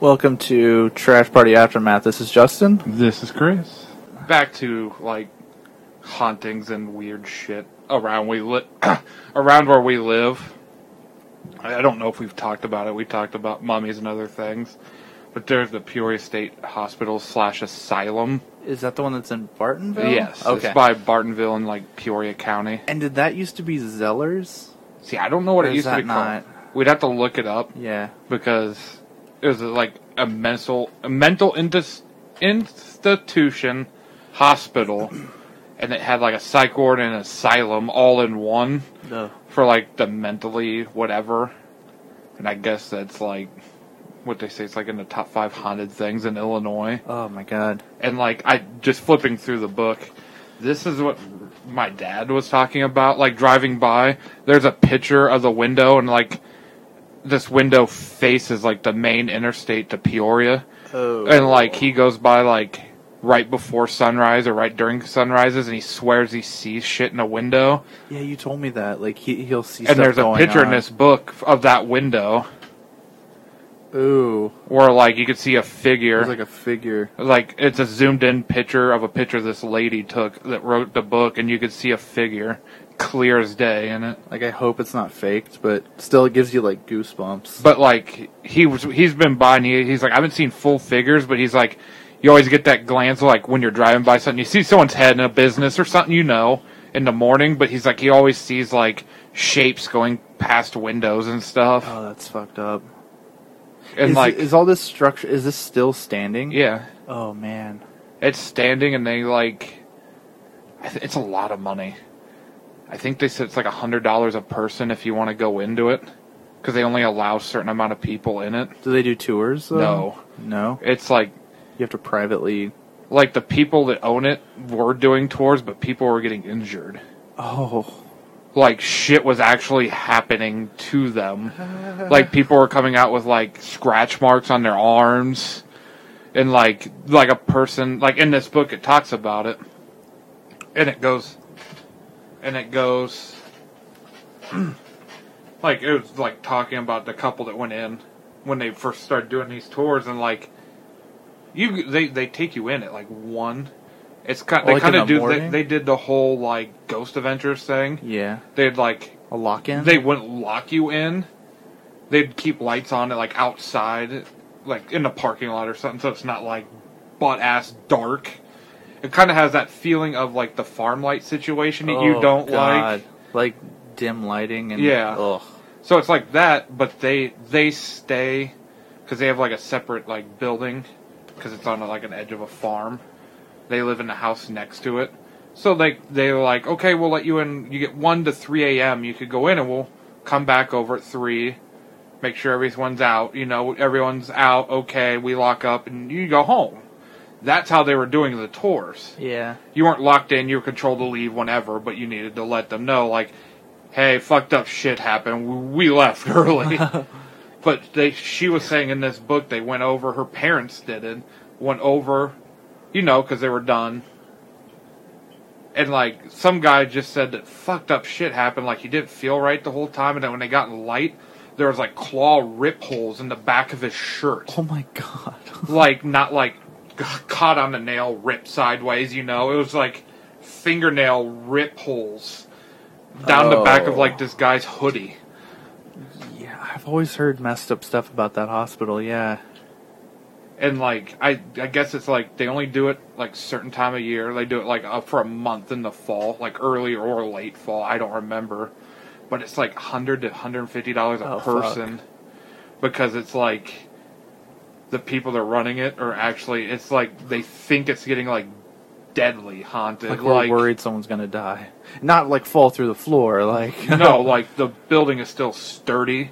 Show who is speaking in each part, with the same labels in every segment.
Speaker 1: Welcome to Trash Party Aftermath. This is Justin.
Speaker 2: This is Chris.
Speaker 3: back to like hauntings and weird shit around we li- around where we live. I I don't know if we've talked about it. We talked about mummies and other things, but there's the Peoria State Hospital slash asylum.
Speaker 1: Is that the one that's in Bartonville?
Speaker 3: Yes,
Speaker 1: Okay.
Speaker 3: it's by Bartonville and like Peoria County.
Speaker 1: and did that used to be Zellers?
Speaker 3: See, I don't know what
Speaker 1: Or
Speaker 3: it
Speaker 1: is
Speaker 3: used to
Speaker 1: that
Speaker 3: be
Speaker 1: not-
Speaker 3: called. We'd have to look it up
Speaker 1: Yeah.
Speaker 3: because it was like a mental a mental indus- institution hospital, and it had like a psych ward and an asylum all in one
Speaker 1: The
Speaker 3: for like the mentally whatever. And I guess that's like what they say it's like in the top five haunted things in Illinois.
Speaker 1: oh my god.
Speaker 3: And like I just flipping through the book, this is what my dad was talking about. Like driving by, there's a picture of the window, and like this window faces like the main interstate to Peoria
Speaker 1: Oh.
Speaker 3: and like he goes by like right before sunrise or right during sunrises and he swears he sees shit in a window
Speaker 1: yeah, you told me that. Like he he'll see.
Speaker 3: and
Speaker 1: stuff
Speaker 3: there's a
Speaker 1: going
Speaker 3: picture in
Speaker 1: on.
Speaker 3: this book f- of that window
Speaker 1: Ooh,
Speaker 3: where like you could see a figure
Speaker 1: there's
Speaker 3: like,
Speaker 1: like a figure.
Speaker 3: it's a zoomed in picture of a picture this lady took that wrote the book and you could see a figure clear as day in it
Speaker 1: Like I hope it's not faked, but still, it gives you like goosebumps.
Speaker 3: but like he was he's been by and he, he's like i haven't seen full figures but he's like you always get that glance like when you're driving by something you see someone's head in a business or something you know in the morning but he's like he always sees like shapes going past windows and stuff
Speaker 1: oh, that's fucked up.
Speaker 3: and
Speaker 1: is,
Speaker 3: like
Speaker 1: is all this structure? Is this still standing?
Speaker 3: yeah
Speaker 1: Oh man.
Speaker 3: it's standing and they like I th- it's a lot of money i think they said it's like a hundred dollars a person if you want to go into it because they only allow a certain amount of people in it
Speaker 1: Do they do tours? Though?
Speaker 3: No.
Speaker 1: No.
Speaker 3: it's like
Speaker 1: You have to privately.
Speaker 3: like the people that own it were doing tours, but people were getting injured.
Speaker 1: Oh.
Speaker 3: Like shit was actually happening to them. Like people were coming out with like scratch marks on their arms, and like like a person like in this book it talks about it, and it goes, and it goes, like it was like talking about the couple that went in when they first started doing these tours, and like you they they take you in at like one. It's kind
Speaker 1: Oh,
Speaker 3: they
Speaker 1: like in
Speaker 3: kind
Speaker 1: the
Speaker 3: of do they,
Speaker 1: morning?
Speaker 3: they did the whole like Ghost Adventures thing.
Speaker 1: Yeah.
Speaker 3: They'd like
Speaker 1: A lock in.
Speaker 3: they wouldn't lock you in. They'd keep lights on it like outside, like in the parking lot or something, so it's not like butt ass dark. It kind of has that feeling of like the farm light situation that
Speaker 2: Oh,
Speaker 3: you don't like.
Speaker 1: like Oh, like dim lighting and
Speaker 3: Yeah.
Speaker 1: Ugh.
Speaker 3: So it's like that, but they they stay because they have like a separate like building because it's on like an edge of a farm. They live in the house next to it, so they they're like, okay, we'll let you in. You get one to three a.m. You could go in, and we'll come back over at three, make sure everyone's out. You know, everyone's out. Okay, we lock up, and you go home. That's how they were doing the tours
Speaker 1: Yeah.
Speaker 3: you weren't locked in, you were controlled to leave whenever, but you needed to let them know, like, hey, fucked up shit happened. We left early. but they, she was saying in this book, they went over, her parents did it, went over, you know, because they were done. And, like, some guy just said that fucked up shit happened, like, he didn't feel right the whole time, and then when they got in light, there was, like, claw rip holes in the back of his shirt
Speaker 1: Oh my god.
Speaker 3: like not like g- caught on the nail ripped sideways you know it was like fingernail rip holes down the back of
Speaker 1: Oh.
Speaker 3: like this guy's hoodie
Speaker 1: yeah, I've always heard messed up stuff about that hospital. Yeah.
Speaker 3: and like i i guess it's like they only do it like certain time of year they do it like up for a month in the fall like early or late fall i don't remember but it's like 100 to 150 dollars a
Speaker 1: Oh, fuck.
Speaker 3: person because it's like the people that are running it are actually it's like they think it's getting like deadly haunted
Speaker 1: Like we're worried someone's gonna die, not like fall through the floor. Like
Speaker 3: no, like the building is still sturdy,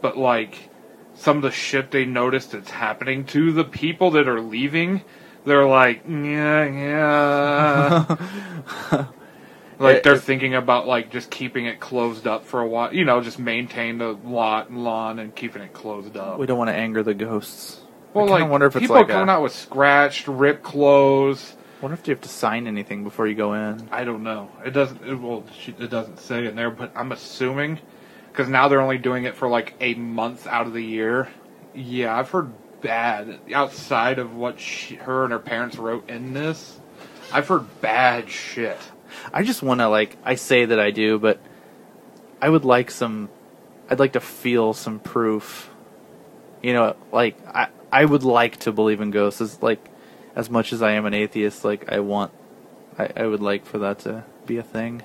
Speaker 3: but like some of the shit they noticed that's happening to the people that are leaving, they're like, yeah, yeah. like
Speaker 1: It-
Speaker 3: they're
Speaker 1: it-
Speaker 3: thinking about like just keeping it closed up for a while, you know, just maintain the lot and lawn and keeping it closed up.
Speaker 1: we don't want to anger the ghosts.
Speaker 3: well,
Speaker 1: I kinda
Speaker 3: like
Speaker 1: wonder if it's
Speaker 3: people
Speaker 1: like
Speaker 3: coming
Speaker 1: a-
Speaker 3: out with scratched, ripped clothes.
Speaker 1: Wonder if you have to sign anything before you go in.
Speaker 3: I don't know. It doesn't. It, well, she- it doesn't say in there, but I'm assuming because now they're only doing it for like a month out of the year. Yeah, I've heard bad outside of what she, her and her parents wrote in this. I've heard bad shit.
Speaker 2: I just want to like I say that I do, but I would like some. I'd like to feel some proof. You know, like I I would like to believe in ghosts. As like as much as I am an atheist, like I want, I I would like for that to be a thing.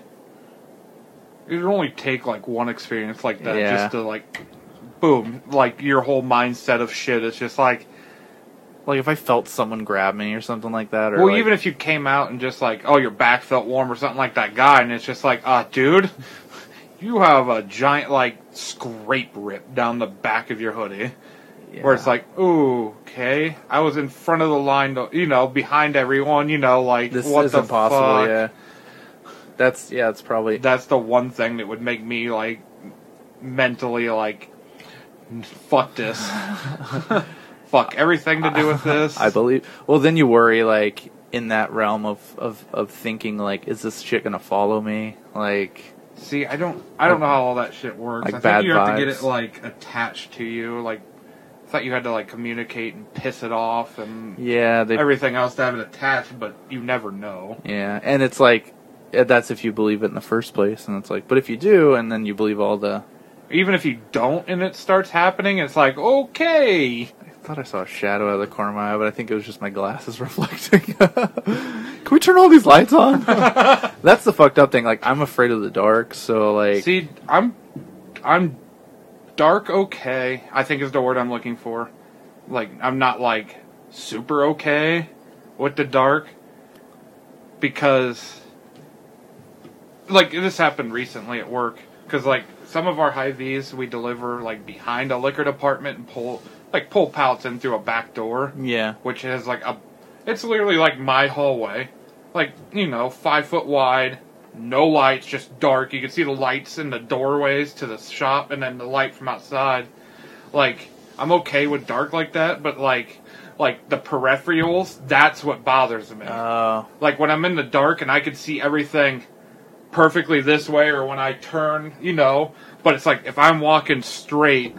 Speaker 3: It would only take like one experience like that
Speaker 2: Yeah.
Speaker 3: just to like, boom, like your whole mindset of shit is just like.
Speaker 2: Like if I felt someone grab me or something like that, or
Speaker 3: Well,
Speaker 2: like-
Speaker 3: even if you came out and just like, oh, your back felt warm or something like that guy, and it's just like, ah, dude, you have a giant like scrape rip down the back of your hoodie,
Speaker 2: yeah.
Speaker 3: where it's like, ooh, okay, I was in front of the line, to, you know, behind everyone, you know, like
Speaker 2: this
Speaker 3: what
Speaker 2: is
Speaker 3: the
Speaker 2: impossible.
Speaker 3: fuck?
Speaker 2: Yeah, that's yeah, it's probably
Speaker 3: That's the one thing that would make me like mentally like, fuck this, fuck everything to do with this.
Speaker 2: I believe. Well, then you worry like in that realm of of of thinking like, is this shit gonna follow me? Like,
Speaker 3: See, I don't, I don't know how all that shit works.
Speaker 2: Like
Speaker 3: I
Speaker 2: bad
Speaker 3: think you have to get
Speaker 2: vibes.
Speaker 3: it like attached to you. Like, I thought you had to like communicate and piss it off and
Speaker 2: yeah, they
Speaker 3: everything else to have it attached, but you never know.
Speaker 2: yeah, and it's like eh, that's if you believe it in the first place, and it's like, but if you do, and then you believe all the.
Speaker 3: Even if you don't, and it starts happening, it's like okay.
Speaker 2: I thought I saw a shadow out of the corner of my eye, but I think it was just my glasses reflecting. Can we turn all these lights on? that's the fucked up thing. Like, I'm afraid of the dark, so like,
Speaker 3: See, I'm, I'm dark okay. I think is the word I'm looking for. Like, I'm not like super okay with the dark because, like, this happened recently at work because like some of our high V's we deliver like behind a liquor department and pull like pull pallets in through a back door
Speaker 2: yeah,
Speaker 3: which has like a it's literally like my hallway like you know five foot wide no lights just dark you can see the lights in the doorways to the shop and then the light from outside like i'm okay with dark like that but like like the peripherals that's what bothers me
Speaker 2: uh,
Speaker 3: like when i'm in the dark and i can see everything perfectly this way or when i turn you know but it's like if i'm walking straight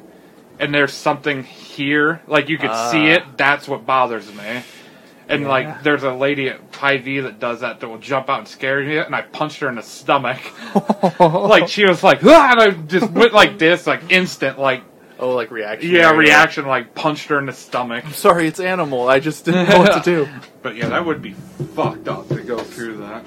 Speaker 3: and there's something here like you could see
Speaker 2: Ah.
Speaker 3: it that's what bothers me and
Speaker 2: Yeah.
Speaker 3: like there's a lady at Pi V that does that that will jump out and scare you and i punched her in the stomach like she was like "Ah," and i just went like this like instant like
Speaker 2: oh, like reaction.
Speaker 3: yeah reaction like punched her in the stomach
Speaker 2: Sorry, it's animal. I just didn't know what to do.
Speaker 3: but yeah that would be fucked up to go through that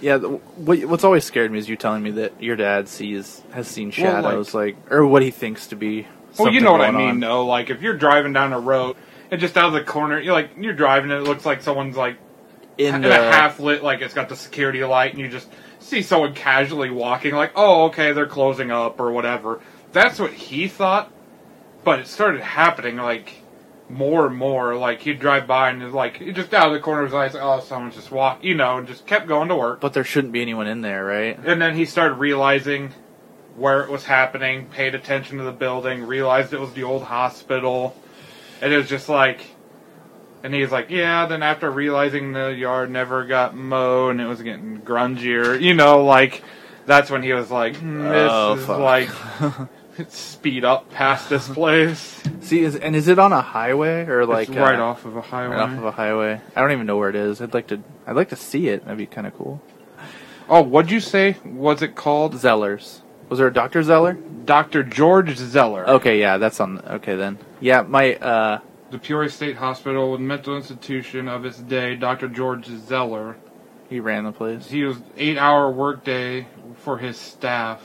Speaker 2: Yeah, the- what, what's always scared me is you telling me that your dad sees has seen
Speaker 3: Well, like-
Speaker 2: shadows, like, or what he thinks to be.
Speaker 3: Well, you
Speaker 2: something
Speaker 3: know what I
Speaker 2: going
Speaker 3: mean,
Speaker 2: on.
Speaker 3: though. Like if you're driving down a road and just out of the corner, you're like you're driving and it looks like someone's like
Speaker 2: In
Speaker 3: in
Speaker 2: the
Speaker 3: a half lit, like it's got the security light, and you just see someone casually walking, like oh okay, they're closing up or whatever. That's what he thought, but it started happening like more and more. Like he'd drive by and it's like just out of the corner of his eyes, oh someone's just walk, you know, and just kept going to work.
Speaker 2: but there shouldn't be anyone in there, right?
Speaker 3: And then he started realizing where it was happening, paid attention to the building, realized it was the old hospital. And it was just like, and he's like, yeah, then after realizing the yard never got mowed and it was getting grungier, you know, like, that's when he was like, "Hmm, this
Speaker 2: Oh,
Speaker 3: is
Speaker 2: fuck.
Speaker 3: like, speed up past this place.
Speaker 2: See, is, and is it on a highway or like
Speaker 3: it's right
Speaker 2: uh,
Speaker 3: off of a highway.
Speaker 2: right off of a highway? I don't even know where it is. I'd like to. I'd like to see it. That'd be kind of cool.
Speaker 3: oh, what'd you say? Was it called?
Speaker 2: Zellers. Was there a Doctor Zeller?
Speaker 3: Dr. George Zeller.
Speaker 2: Okay, yeah, that's on. Okay, then. Yeah, my. uh
Speaker 3: The Peoria State Hospital was a mental institution of its day. Dr. George Zeller.
Speaker 2: He ran the place.
Speaker 3: He was eight hour workday for his staff.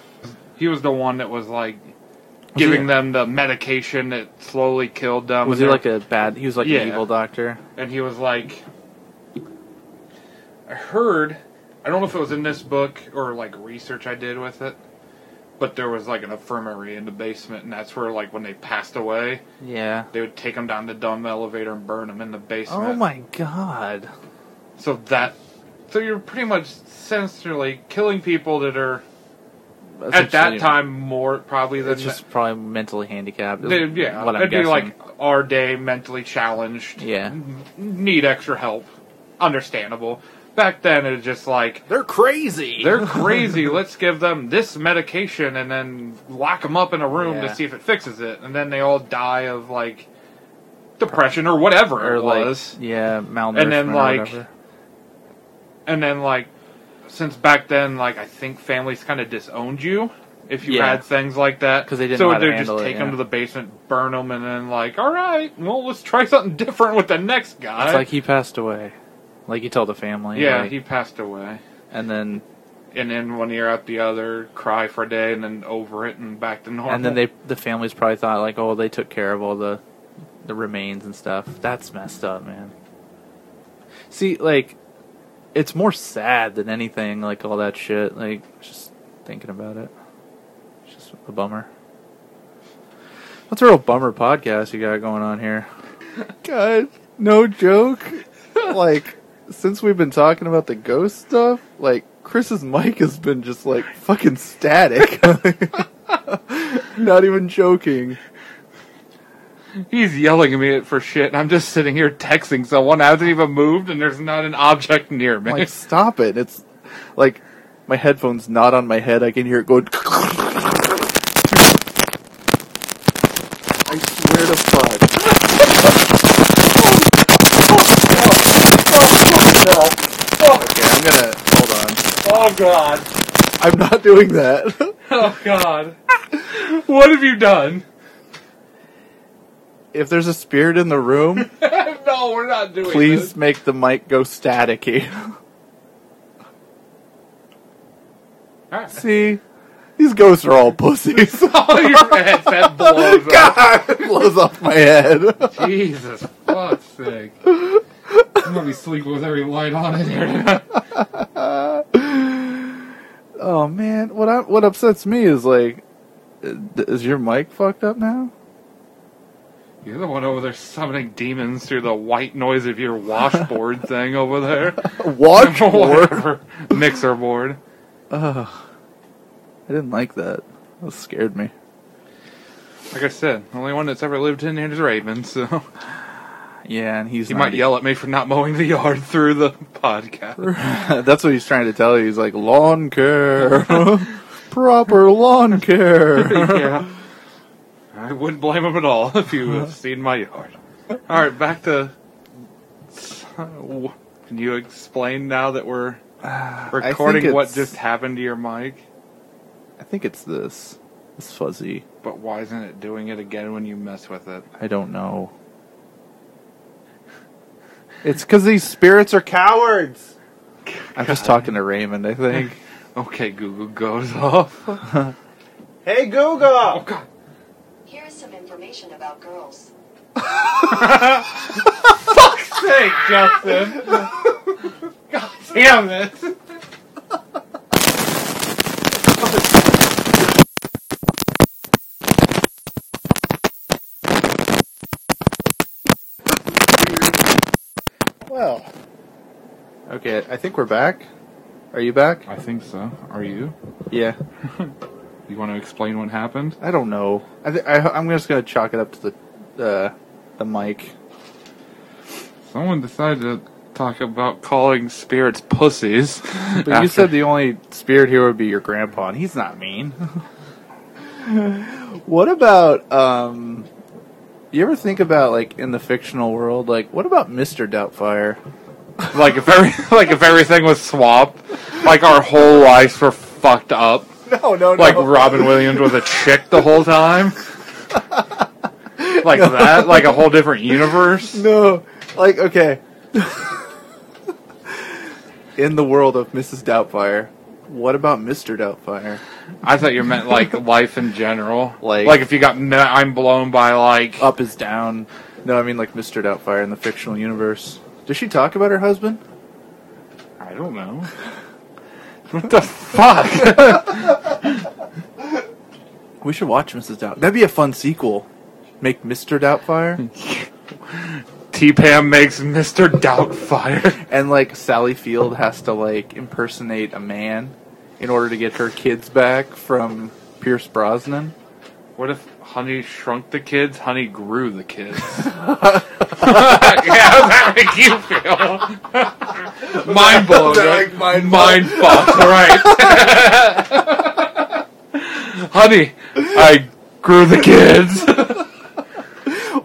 Speaker 3: He was the one that was like giving
Speaker 2: he-
Speaker 3: them the medication that slowly killed them.
Speaker 2: Was he
Speaker 3: And
Speaker 2: like a bad? He was like
Speaker 3: Yeah.
Speaker 2: an evil doctor.
Speaker 3: and he was like i heard i don't know if it was in this book or like research i did with it but there was like an infirmary in the basement and that's where like when they passed away
Speaker 2: Yeah.
Speaker 3: they would take them down the dumb elevator and burn them in the basement
Speaker 2: Oh my god.
Speaker 3: so that so you're pretty much sensorily killing people that are at that
Speaker 2: Essentially-
Speaker 3: time more probably than
Speaker 2: It's just probably mentally handicapped. is
Speaker 3: they, yeah
Speaker 2: what I'm
Speaker 3: it'd be
Speaker 2: guessing.
Speaker 3: like our day mentally challenged
Speaker 2: Yeah.
Speaker 3: n- need extra help understandable back then it was just like
Speaker 2: they're crazy.
Speaker 3: they're crazy let's give them this medication and then lock them up in a room
Speaker 2: Yeah.
Speaker 3: to see if it fixes it and then they all die of like depression or whatever
Speaker 1: or
Speaker 3: it
Speaker 1: like
Speaker 3: was.
Speaker 1: yeah, malnutrition
Speaker 3: And then,
Speaker 1: or
Speaker 3: like,
Speaker 1: whatever.
Speaker 3: and then like since back then like i think families kind of disowned you if you
Speaker 1: Yeah.
Speaker 3: had things like that
Speaker 1: 'Cause they didn't know
Speaker 3: so
Speaker 1: how to
Speaker 3: they'd just
Speaker 1: handle it,
Speaker 3: take them
Speaker 1: yeah.
Speaker 3: to the basement burn them and then like all right well let's try something different with the next guy
Speaker 1: It's like he passed away. Like you tell the family.
Speaker 3: yeah
Speaker 1: like-
Speaker 3: he passed away
Speaker 1: and then
Speaker 3: and then one ear out the other cry for a day and then over it and back to normal
Speaker 1: and then they the families probably thought like, oh, they took care of all the the remains and stuff. That's messed up, man. See, like, it's more sad than anything. Like all that shit. Like just thinking about it, it's just a bummer. That's a real bummer podcast you got going on here. God, no joke. like, since we've been talking about the ghost stuff, like, Chris's mic has been just like fucking static. Not even joking.
Speaker 3: he's yelling at me for shit and i'm just sitting here texting someone i haven't even moved and there's not an object near me
Speaker 2: I'm like, stop it. It's like my headphone's not on my head. I can hear it going. I swear to fuck. Okay, I'm gonna hold on.
Speaker 3: oh god
Speaker 2: I'm not doing that.
Speaker 3: oh god what have you done
Speaker 2: if there's a spirit in the room,
Speaker 3: no we're not doing this.
Speaker 2: please make the mic go staticky.
Speaker 3: All right.
Speaker 2: See, these ghosts are all pussies.
Speaker 3: Oh, your headset blows up.
Speaker 2: God, it blows off my head.
Speaker 3: Jesus fuck's sake. I'm gonna be sleeping with every light on in here.
Speaker 2: Oh man, what I, what upsets me is like, uh, is your mic fucked up now?
Speaker 3: You're the one over there summoning demons through the white noise of your washboard thing over there.
Speaker 2: Watch more.
Speaker 3: Whatever. Mixer board.
Speaker 2: Ugh. I didn't like that. That scared me.
Speaker 3: Like I said, the only one that's ever lived in here is Raven, so
Speaker 2: Yeah, and he's
Speaker 3: he
Speaker 2: not e-
Speaker 3: might yell at me for not mowing the yard through the podcast.
Speaker 2: That's what he's trying to tell you. He's like lawn care, proper lawn care.
Speaker 3: yeah. I wouldn't blame him at all if you
Speaker 2: Uh-huh.
Speaker 3: have seen my yard. All right, back to. Can you explain now that we're recording
Speaker 2: think
Speaker 3: what
Speaker 2: it's-
Speaker 3: just happened to your mic?
Speaker 2: I think it's this. It's fuzzy.
Speaker 3: But why isn't it doing it again when you mess with it?
Speaker 2: I don't know. It's because these spirits are cowards. I'm just talking to Raymond. I think.
Speaker 3: Okay, Google goes off.
Speaker 2: hey Google.
Speaker 3: Oh God!
Speaker 4: Here is some information about girls.
Speaker 3: Hey, Justin! God damn it!
Speaker 2: Well. Okay, I think we're back. Are you back?
Speaker 3: I think so. Are you?
Speaker 2: Yeah.
Speaker 3: You want to explain what happened?
Speaker 2: I don't know. I th- I, I'm just gonna chalk it up to the uh, the mic.
Speaker 3: Someone decided to talk about calling spirits pussies.
Speaker 2: But you said the only spirit here would be your grandpa, and he's not mean. what about um? You ever think about like in the fictional world, like what about Mister Doubtfire?
Speaker 3: like if every, like if everything was swapped, like our whole lives were fucked up.
Speaker 2: No, no,
Speaker 3: Like Robin Williams was a chick the whole time. Like that, like a whole different universe.
Speaker 2: No, like okay. In the world of Mrs. Doubtfire, what about Mr. Doubtfire?
Speaker 3: I thought you meant like life in general.
Speaker 2: Like-
Speaker 3: like if you got ma- I'm blown by like
Speaker 2: Up is down. No, I mean like Mr. Doubtfire in the fictional universe. Does she talk about her husband?
Speaker 3: I don't know. What the fuck?
Speaker 2: We should watch Mrs. Doubt. That'd be a fun sequel. Make Mr. Doubtfire
Speaker 3: T Pam makes Mr. Doubtfire.
Speaker 2: and like Sally Field has to like impersonate a man in order to get her kids back from Pierce Brosnan.
Speaker 3: What if Honey shrunk the kids? Honey grew the kids. yeah, how's that make you feel? mind blown.
Speaker 2: They're
Speaker 3: right?
Speaker 2: like mind
Speaker 3: mind fucked. Right. Honey, I grew the kids.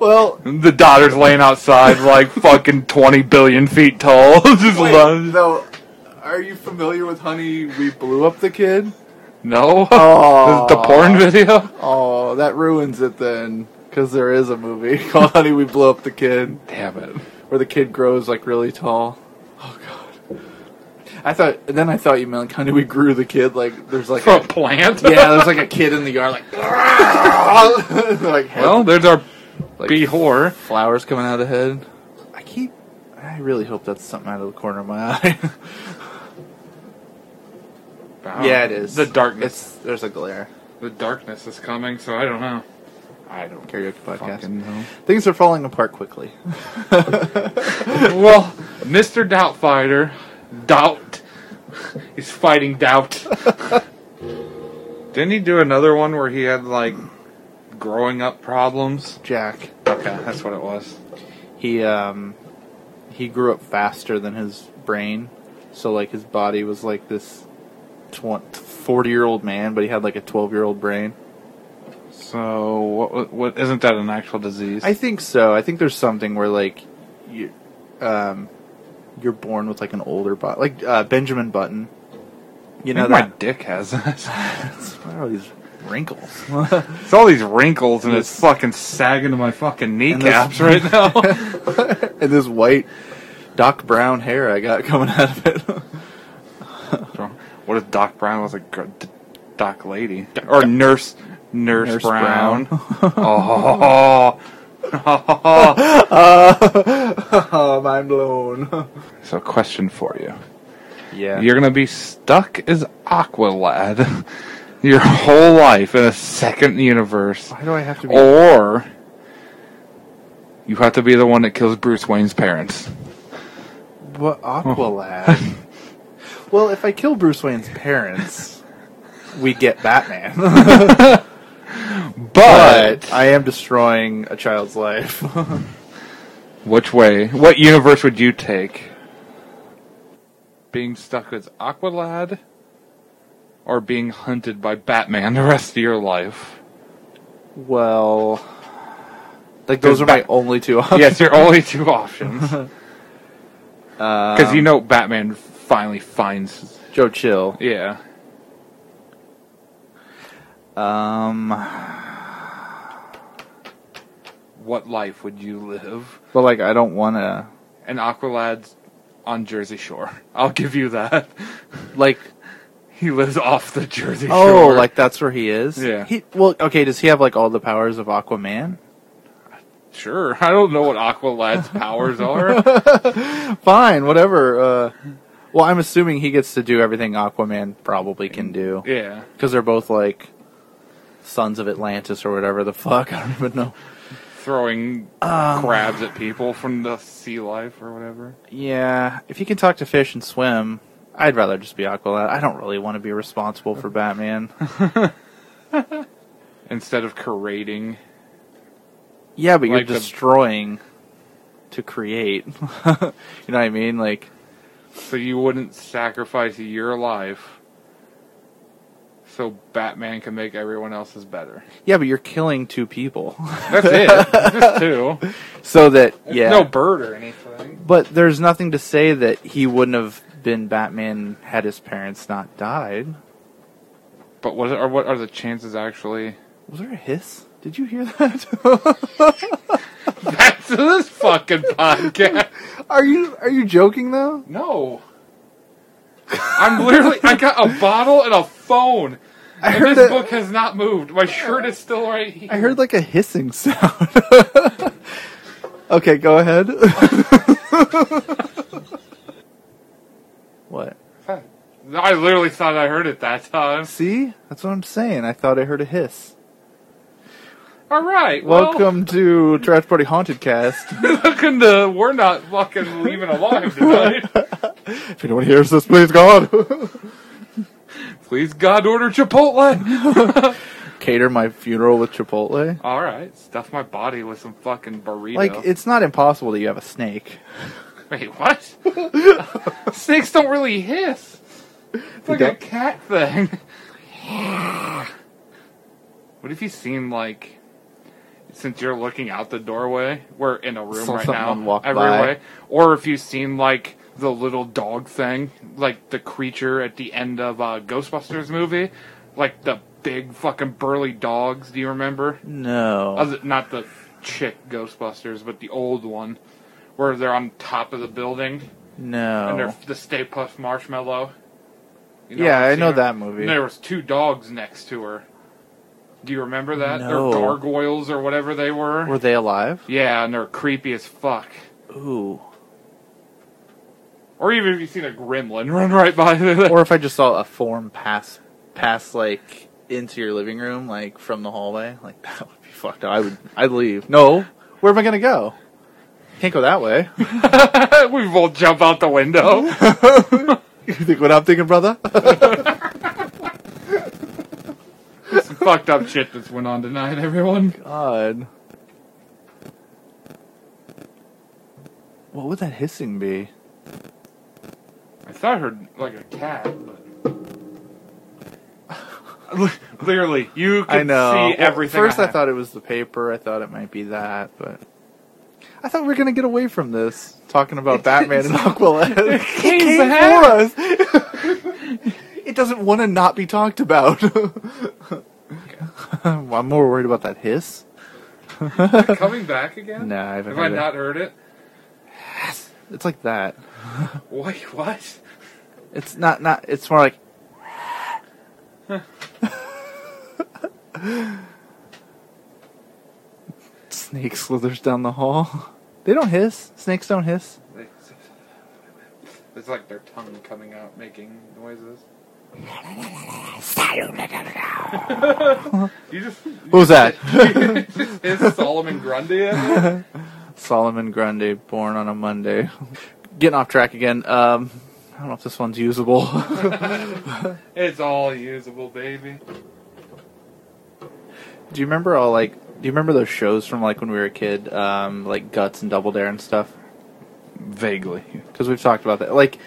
Speaker 1: Well,
Speaker 3: The daughter's laying outside, like fucking twenty billion feet tall. Just
Speaker 2: Wait,
Speaker 3: lying-
Speaker 2: no, are you familiar with Honey? We blew up the kid.
Speaker 3: no,
Speaker 2: Oh.
Speaker 3: the porn video.
Speaker 2: Oh, that ruins it then, because there is a movie called Honey, We Blew Up the Kid,
Speaker 3: Damn it!
Speaker 2: where the kid grows like really tall. Oh God. I thought. and Then I thought you meant like, Honey, We Grew the Kid. Like there's like
Speaker 3: For a
Speaker 2: a,
Speaker 3: plant?
Speaker 2: yeah, there's like a kid in the yard like like head-
Speaker 3: Well, there's our
Speaker 2: like
Speaker 3: bee whore.
Speaker 2: flowers coming out of the head. I keep. I really hope that's something out of the corner of my eye. yeah, it is.
Speaker 3: The darkness.
Speaker 2: It's, there's a glare.
Speaker 3: The darkness is coming, so I don't know.
Speaker 2: I don't karaoke podcast.
Speaker 3: Fucking know.
Speaker 2: Things are falling apart quickly.
Speaker 3: well, Mr. Doubtfighter, Doubt, is fighting Doubt. Didn't he do another one where he had like growing up problems?
Speaker 2: Jack,
Speaker 3: Okay, that's what it was.
Speaker 2: he um, he grew up faster than his brain, so like his body was like this, forty year old man, but he had like a twelve year old brain.
Speaker 3: So what? wa- What isn't that an actual disease?
Speaker 2: I think so. I think there's something where like you, um, you're born with like an older body, like uh, Benjamin Button. You know
Speaker 3: Maybe my
Speaker 2: that
Speaker 3: dick has that.
Speaker 2: that's why all these wrinkles.
Speaker 3: It's all these wrinkles and it's
Speaker 2: Yes.
Speaker 3: fucking sagging to my fucking
Speaker 2: And this-
Speaker 3: kneecaps right now.
Speaker 2: and this white Doc Brown hair I got coming out of it.
Speaker 3: what if Doc Brown was a gr- d- Doc lady or Nurse Nurse,
Speaker 2: Nurse
Speaker 3: Brown?
Speaker 2: Brown.
Speaker 3: oh,
Speaker 2: oh, mind blown.
Speaker 3: So, question for you:
Speaker 2: Yeah.
Speaker 3: You're gonna be stuck as Aqualad your whole life in a second universe,
Speaker 2: Why do I have to be?
Speaker 3: or you have to be the one that kills Bruce Wayne's parents.
Speaker 2: What Aqualad? well, if I kill Bruce Wayne's parents, we get Batman.
Speaker 3: But,
Speaker 2: but I am destroying a child's life.
Speaker 3: which way? What universe would you take? Being stuck as Aqualad, or being hunted by Batman the rest of your life?
Speaker 2: well, like those are my only two options.
Speaker 3: yes, your only two options. Because you know Batman finally finds.
Speaker 2: Um, Joe Chill.
Speaker 3: Yeah.
Speaker 2: Um,
Speaker 3: What life would you live?
Speaker 2: but like I don't want to.
Speaker 3: And Aqualad's on Jersey Shore. I'll give you that.
Speaker 2: Like
Speaker 3: He lives off the Jersey
Speaker 2: oh,
Speaker 3: Shore.
Speaker 2: like that's where he is.
Speaker 3: Yeah.
Speaker 2: He, well, okay. Does he have like all the powers of Aquaman?
Speaker 3: Sure. I don't know what Aqualad's powers are.
Speaker 2: Fine, whatever. Uh, well, I'm assuming he gets to do everything Aquaman probably can do.
Speaker 3: Yeah.
Speaker 2: because they're both like sons of Atlantis or whatever the fuck. I don't even know.
Speaker 3: Throwing
Speaker 2: Um,
Speaker 3: crabs at people from the sea life or whatever.
Speaker 2: Yeah, if you can talk to fish and swim, I'd rather just be Aqualad. I don't really want to be responsible for Batman.
Speaker 3: Instead of parading.
Speaker 2: Yeah, but
Speaker 3: Like the-
Speaker 2: you're destroying to create. you know what I mean? Like,
Speaker 3: So you wouldn't sacrifice your life so Batman can make everyone else's better.
Speaker 2: yeah, but you're killing two people.
Speaker 3: That's it. Just two.
Speaker 2: so that yeah,
Speaker 3: No bird or anything.
Speaker 2: but there's nothing to say that he wouldn't have been Batman had his parents not died.
Speaker 3: But what are what are the chances actually?
Speaker 2: Was there a hiss? Did you hear that?
Speaker 3: Back to this fucking podcast.
Speaker 2: are you are you joking though?
Speaker 3: No. I'm literally I got a bottle and a phone.
Speaker 2: I
Speaker 3: And
Speaker 2: heard
Speaker 3: this
Speaker 2: it.
Speaker 3: book has not moved. My shirt is still right here.
Speaker 2: I heard like a hissing sound. okay, go ahead. what?
Speaker 3: I literally thought I heard it that time.
Speaker 2: See? That's what I'm saying. I thought I heard a hiss.
Speaker 3: All right. Well,
Speaker 2: Welcome to Trash Party Haunted Cast.
Speaker 3: Welcome to we're not fucking leaving alive tonight.
Speaker 2: if anyone hears this, please God.
Speaker 3: Please, God, order Chipotle.
Speaker 2: Cater my funeral with Chipotle.
Speaker 3: All right, stuff my body with some fucking burrito.
Speaker 2: Like, it's not impossible that you have a snake.
Speaker 3: Wait, what? Snakes don't really hiss. It's like a
Speaker 2: don't?
Speaker 3: cat thing. what if you seen like since you're looking out the doorway, we're in a room
Speaker 2: Saw
Speaker 3: right now,
Speaker 2: someone walk
Speaker 3: every
Speaker 2: by.
Speaker 3: way. Or if you've seen like the little dog thing, like the creature at the end of uh, Ghostbusters movie, like the big fucking burly dogs. Do you remember?
Speaker 2: No.
Speaker 3: Other, not the chick Ghostbusters, but the old one, where they're on top of the building and
Speaker 2: no.
Speaker 3: they're the Stay Puft Marshmallow. You
Speaker 2: Oh. yeah,
Speaker 3: I've
Speaker 2: I
Speaker 3: seen
Speaker 2: know
Speaker 3: her.
Speaker 2: that movie.
Speaker 3: And there was two dogs next to her. Do you remember that?
Speaker 2: No.
Speaker 3: They're gargoyles or whatever they were.
Speaker 2: Were they alive?
Speaker 3: yeah, and they're creepy as fuck.
Speaker 2: Ooh.
Speaker 3: Or even if you seen a gremlin run right by them.
Speaker 2: or if I just saw a form pass pass like into your living room, like from the hallway, like that would be fucked up. I would I'd leave. No. Where am I gonna go? Can't go that way.
Speaker 3: we both jump out the window.
Speaker 2: you think what I'm thinking, brother?
Speaker 3: Some fucked up shit that's went on tonight, everyone.
Speaker 2: God. What would that hissing be?
Speaker 3: I thought I heard like a cat, but literally you could
Speaker 2: I know.
Speaker 3: see
Speaker 2: Well,
Speaker 3: everything.
Speaker 2: First, I
Speaker 3: had.
Speaker 2: thought it was the paper. I thought it might be that, but I thought we were gonna get away from this talking about Batman and Aqualad. It
Speaker 3: came back.
Speaker 2: for us. it doesn't want to not be talked about. Well, I'm more worried about that hiss.
Speaker 3: coming back again.
Speaker 2: No, I haven't
Speaker 3: Have I
Speaker 2: heard it.
Speaker 3: not heard it?
Speaker 2: It's like that.
Speaker 3: Wait, what?
Speaker 2: It's not not. It's more like. Snake slithers down the hall. They don't hiss. Snakes don't hiss.
Speaker 3: It's- It's like their tongue coming out, making noises. you just
Speaker 2: What was that?
Speaker 3: is Solomon Grundy. in it?
Speaker 2: Solomon Grundy, born on a Monday. Getting off track again. Um, I don't know if this one's usable.
Speaker 3: It's all usable, baby.
Speaker 2: do you remember all like? Do you remember those shows from like when we were a kid, um, like Guts and Double Dare and stuff? Vaguely, because we've talked about that. Like,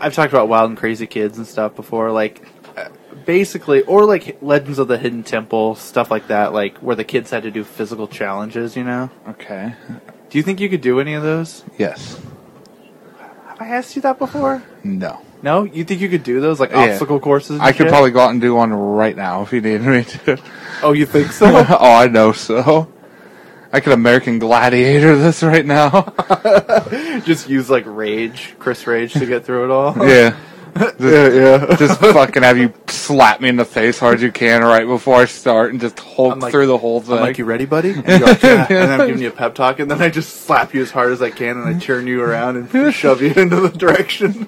Speaker 2: I've talked about Wild and Crazy Kids and stuff before. Like, uh, basically, or like Legends of the Hidden Temple, stuff like that. Like where the kids had to do physical challenges. You know?
Speaker 1: Okay.
Speaker 2: Do you think you could do any of those?
Speaker 1: Yes.
Speaker 2: Have I asked you that before?
Speaker 1: No.
Speaker 2: No, you think you could do those like
Speaker 1: Yeah.
Speaker 2: obstacle courses? and
Speaker 1: I could
Speaker 2: shit?
Speaker 1: probably go out and do one right now if you needed me to.
Speaker 2: Oh, you think so?
Speaker 1: oh, I know so. I could American Gladiator this right now.
Speaker 2: Just use like rage, Chris Rage, to get through it all.
Speaker 1: yeah. Just,
Speaker 2: yeah.
Speaker 1: just fucking have you slap me in the face hard as you can right before I start and just hulk
Speaker 2: I'm like-
Speaker 1: through the whole thing.
Speaker 2: I'm like, you ready, buddy? And, you're like, "Yeah." and I'm giving you a pep talk, and then I just slap you as hard as I can, and I turn you around and shove you into the direction.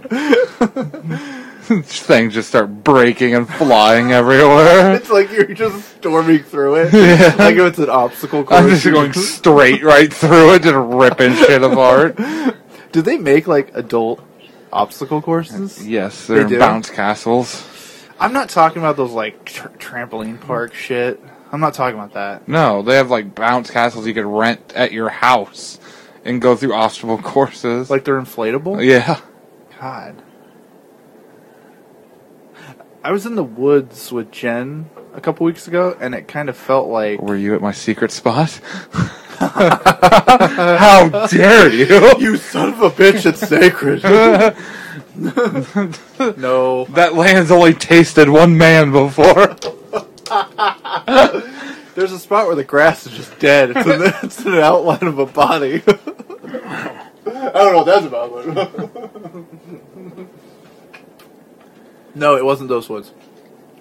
Speaker 1: Things just start breaking and flying everywhere.
Speaker 2: it's like you're just storming through it. Like if it's an obstacle course.
Speaker 1: I'm just
Speaker 2: you're
Speaker 1: going straight right through it, just ripping shit apart.
Speaker 2: Do they make like adult obstacle courses?
Speaker 1: Yes,
Speaker 2: They
Speaker 1: they're
Speaker 2: do?
Speaker 1: bounce castles.
Speaker 2: I'm not talking about those like tr- trampoline park shit. I'm not talking about that.
Speaker 1: No, they have like bounce castles you could rent at your house and go through obstacle courses.
Speaker 2: Like they're inflatable.
Speaker 1: yeah.
Speaker 2: God. I was in the woods with Jen a couple weeks ago, and it kind of felt like
Speaker 1: Were you at my secret spot? How dare you?
Speaker 2: you son of a bitch. It's sacred. no,
Speaker 1: That land's only tasted one man before.
Speaker 2: there's a spot where the grass is just dead. It's an, it's an outline of a body. I don't know what that's about. But no, it wasn't those woods.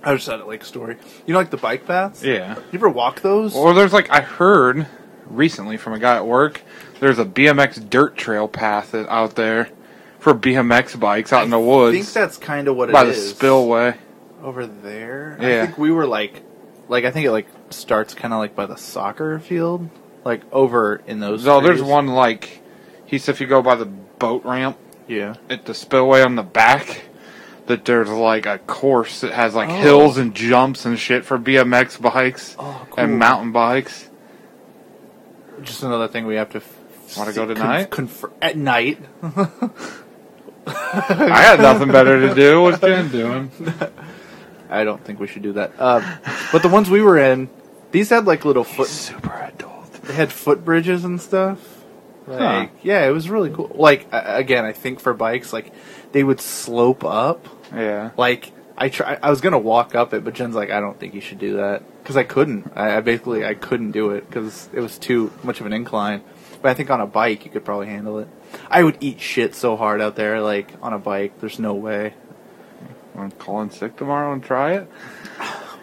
Speaker 2: I just had a lake story. You know, like the bike paths.
Speaker 1: Yeah.
Speaker 2: You ever walk those?
Speaker 1: Or there's like I heard recently from a guy at work. There's a BMX dirt trail path that- out there for BMX bikes out in the
Speaker 2: I
Speaker 1: woods
Speaker 2: think that's kind of what
Speaker 1: by
Speaker 2: it
Speaker 1: the
Speaker 2: is.
Speaker 1: spillway.
Speaker 2: over there.
Speaker 1: Yeah.
Speaker 2: I think we were like, like I think it like starts kind of like by the soccer field, like over in those.
Speaker 1: No, there's
Speaker 2: trees.
Speaker 1: one like he said if you go by the boat ramp
Speaker 2: Yeah.
Speaker 1: at the spillway on the back that there's like a course that has like
Speaker 2: Oh.
Speaker 1: hills and jumps and shit for BMX bikes
Speaker 2: Oh,
Speaker 1: and mountain bikes.
Speaker 2: Just another thing we have to. F-
Speaker 1: Wanna
Speaker 2: see-
Speaker 1: go tonight?
Speaker 2: Confer- at night.
Speaker 1: I had nothing better to do. What's Jen doing?
Speaker 2: I don't think we should do that. Uh, but the ones we were in, these had like little foot.
Speaker 1: Super adult.
Speaker 2: They had footbridges and stuff. Like, yeah, it was really cool. Like, a- again, I think for bikes, like, they would slope up.
Speaker 1: Yeah.
Speaker 2: Like, I try, I was gonna walk up it, but Jen's like, I don't think you should do that. Cause I couldn't. I, I basically, I couldn't do it because it was too much of an incline. But I think on a bike, you could probably handle it. I would eat shit so hard out there, like, on a bike, there's no way.
Speaker 3: I'm calling sick tomorrow and try it.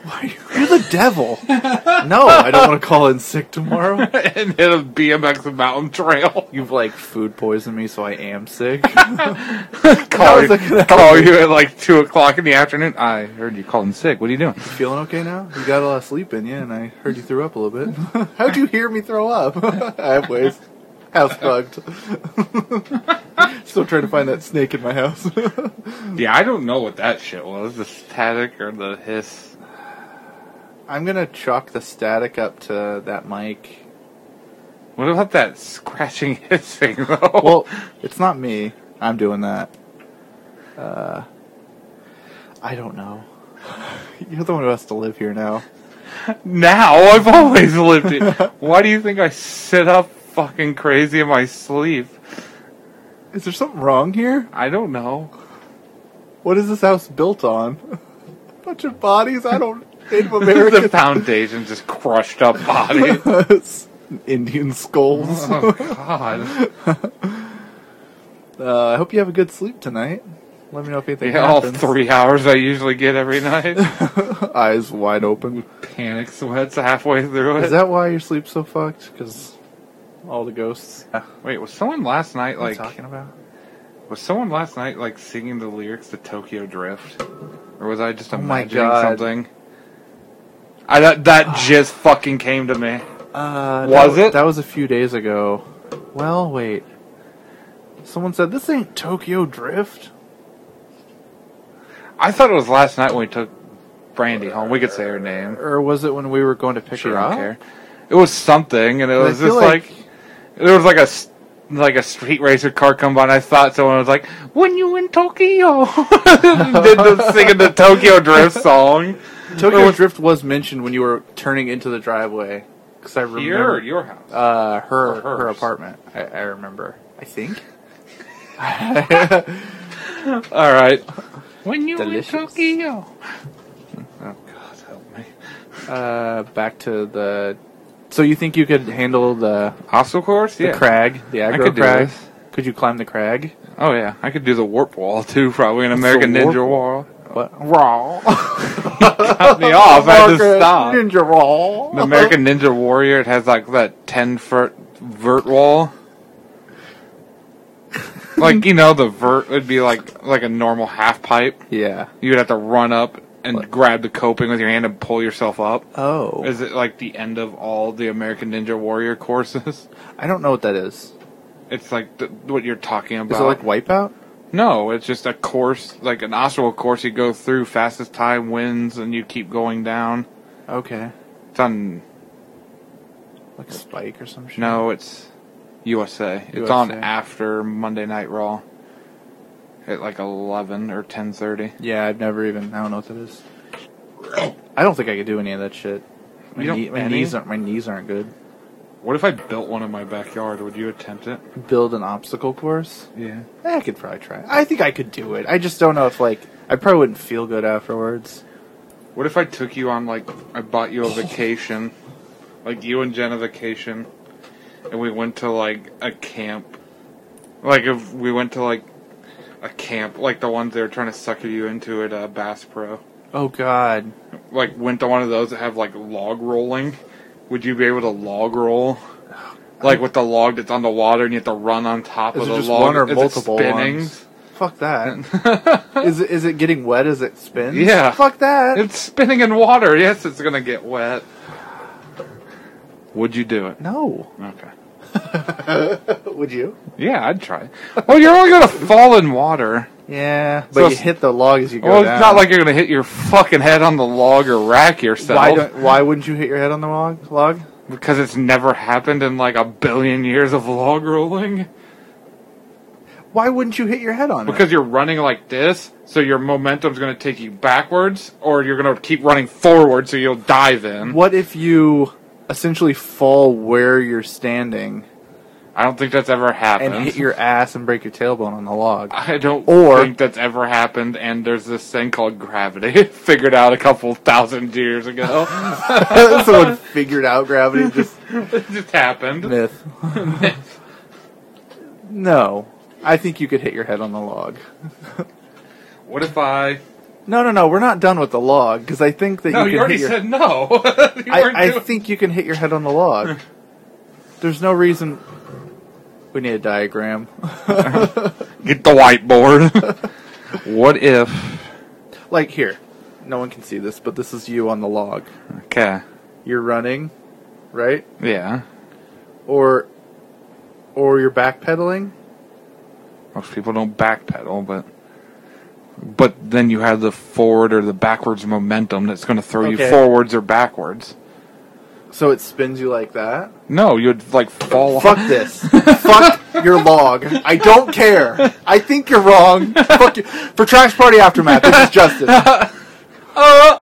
Speaker 2: Why? You're the devil. no, I don't want to call in sick tomorrow.
Speaker 3: and hit a BMX mountain trail.
Speaker 2: You've like food poisoned me, so I am sick.
Speaker 3: call,
Speaker 2: was looking
Speaker 3: you,
Speaker 2: at
Speaker 3: call you at like two o'clock in the afternoon. I heard you calling sick. What are you doing?
Speaker 2: Feeling okay now? You got a lot of sleep in you, and I heard you threw up a little bit. How'd you hear me throw up? I have ways. House bugged. Still trying to find that snake in my house.
Speaker 3: Yeah, I don't know what that shit was. The static or the hiss.
Speaker 2: I'm gonna chalk the static up to that mic.
Speaker 3: What about that scratching hissing though?
Speaker 2: Well, it's not me. I'm doing that. Uh, I don't know. You're the one who has to live here now.
Speaker 3: now I've always lived it. Why do you think I sit up fucking crazy in my sleep?
Speaker 2: Is there something wrong here?
Speaker 3: I don't know.
Speaker 2: What is this house built on? Bunch of bodies? I don't. Native
Speaker 3: the
Speaker 2: American
Speaker 3: foundation just crushed up body.
Speaker 2: Indian skulls.
Speaker 3: oh god.
Speaker 2: Uh, I hope you have a good sleep tonight. Let me know if anything
Speaker 3: Yeah, all
Speaker 2: happens.
Speaker 3: three hours I usually get every night.
Speaker 2: Eyes wide open.
Speaker 3: Panic sweats halfway through it.
Speaker 2: Is that why your sleep's so fucked? Because all the ghosts.
Speaker 3: Wait, was someone last night
Speaker 2: What are you
Speaker 3: like
Speaker 2: talking about?
Speaker 3: was someone last night like singing the lyrics to Tokyo Drift, or was I just
Speaker 2: Oh my
Speaker 3: imagining
Speaker 2: God.
Speaker 3: something? I that that just fucking came to me.
Speaker 2: Uh,
Speaker 3: Was
Speaker 2: that-
Speaker 3: it?
Speaker 2: That was a few days ago. Well, wait. Someone said this ain't Tokyo Drift.
Speaker 3: I thought it was last night when we took Brandy home. We could say her name.
Speaker 2: Or was it when we were going to pick
Speaker 3: She
Speaker 2: her
Speaker 3: don't
Speaker 2: up?
Speaker 3: care. It was something, and it
Speaker 2: I
Speaker 3: was
Speaker 2: feel
Speaker 3: just like,
Speaker 2: like-
Speaker 3: there was like a s- like a street racer car come by, and I thought someone was like, "When you in Tokyo," did the singing the Tokyo Drift song.
Speaker 2: Tokyo Drift was mentioned when you were turning into the driveway. Because I remember.
Speaker 3: Here, your house.
Speaker 2: uh, her
Speaker 3: Or hers.
Speaker 2: her apartment. I, I remember. I think.
Speaker 3: All right. When you
Speaker 2: Delicious.
Speaker 3: Tokyo. Oh God, help me.
Speaker 2: Uh, back to the. So you think you could handle the
Speaker 3: Obstacle course?
Speaker 2: the
Speaker 3: Yeah.
Speaker 2: crag, the aggro
Speaker 3: could do
Speaker 2: crag?
Speaker 3: this.
Speaker 2: Could you climb the crag?
Speaker 3: Oh yeah, I could do the warp wall too. Probably an American
Speaker 2: warp
Speaker 3: Ninja wall.
Speaker 2: What? Oh,
Speaker 3: Raw. Cut me off. I had to
Speaker 2: Margaret
Speaker 3: stop. An
Speaker 2: Ninja roll.
Speaker 3: American Ninja Warrior. It has like that ten foot vert wall. like you know, the vert would be like like a normal half pipe.
Speaker 2: Yeah.
Speaker 3: You'd have to run up and grab the coping with your hand and pull yourself up.
Speaker 2: Oh,
Speaker 3: Is it like the end of all the American Ninja Warrior courses?
Speaker 2: I don't know what that is. Is
Speaker 3: It's like the, what you're talking about.
Speaker 2: it like Wipeout?
Speaker 3: no, it's just a course, like an obstacle course. You go through fastest time wins, and you keep going down.
Speaker 2: Okay,
Speaker 3: It's on
Speaker 2: like a spike or some shit.
Speaker 3: no, it's USA. It's on
Speaker 2: USA.
Speaker 3: after Monday Night Raw at like eleven or ten thirty.
Speaker 2: Yeah, I've never even. I don't know what that is. I don't think I could do any of that shit. My,
Speaker 3: You don't-
Speaker 2: knee, my
Speaker 3: any?
Speaker 2: knees aren't. My knees aren't good.
Speaker 3: What if I built one in my backyard? Would you attempt it?
Speaker 2: Build an obstacle course. Eh,
Speaker 3: Yeah.
Speaker 2: I could probably try. it. I think I could do it. I just don't know if like I probably wouldn't feel good afterwards.
Speaker 3: What if I took you on like I bought you a vacation, like you and Jen a vacation, and we went to like a camp, like if we went to like a camp, like the ones they were trying to sucker you into at uh, Bass Pro,
Speaker 2: Oh God,
Speaker 3: like went to one of those that have like log rolling. Would you be able to log roll? Like with the log that's on the water, and you have to run on top
Speaker 2: Is
Speaker 3: of
Speaker 2: it
Speaker 3: the
Speaker 2: just
Speaker 3: log.
Speaker 2: one or
Speaker 3: Is it
Speaker 2: multiple
Speaker 3: spinning?
Speaker 2: ones? fuck that. is it is it getting wet as it spins?
Speaker 3: Yeah.
Speaker 2: fuck that.
Speaker 3: It's spinning in water. Yes, it's gonna get wet. Would you do it?
Speaker 2: no,
Speaker 3: Okay.
Speaker 2: would you?
Speaker 3: Yeah, I'd try. it. Well, you're only gonna fall in water.
Speaker 2: Yeah, but
Speaker 3: So
Speaker 2: you
Speaker 3: it's-
Speaker 2: hit the log as you go
Speaker 3: well,
Speaker 2: down.
Speaker 3: it's not like you're gonna hit your fucking head on the log or rack yourself.
Speaker 2: why don't, why wouldn't you hit your head on the log? Log?
Speaker 3: Because it's never happened in like a billion years of log rolling.
Speaker 2: Why wouldn't you hit your head on it?
Speaker 3: Because you're running like this, so your momentum's gonna take you backwards, or you're gonna keep running forward, so you'll dive in.
Speaker 2: What if you essentially fall where you're standing
Speaker 3: I don't think that's ever happened.
Speaker 2: and hit your ass and break your tailbone on the log.
Speaker 3: I don't
Speaker 2: Or-
Speaker 3: think that's ever happened, and there's this thing called gravity figured out a couple thousand years ago.
Speaker 2: Someone figured out gravity just
Speaker 3: it just happened.
Speaker 2: myth. no, I think you could hit your head on the log.
Speaker 3: What if I?
Speaker 2: No, no, no. We're not done with the log because I think that
Speaker 3: No,
Speaker 2: you
Speaker 3: you,
Speaker 2: can
Speaker 3: already
Speaker 2: hit your.
Speaker 3: said no. You weren't
Speaker 2: I, I
Speaker 3: doing-
Speaker 2: think you can hit your head on the log. There's no reason. We need a diagram.
Speaker 3: Get the whiteboard. what if?
Speaker 2: like here, no one can see this, but this is you on the log.
Speaker 3: Okay.
Speaker 2: You're running, right?
Speaker 3: Yeah.
Speaker 2: Or, or you're backpedaling.
Speaker 3: Most people don't backpedal, but but then you have the forward or the backwards momentum that's going to throw you
Speaker 2: Okay.
Speaker 3: forwards or backwards.
Speaker 2: So it spins you like that.
Speaker 3: No, you'd like fall.
Speaker 2: Fuck this. Fuck your log. I don't care. I think you're wrong. Fuck you. For Trash Party Aftermath, this is Justin.
Speaker 3: Uh,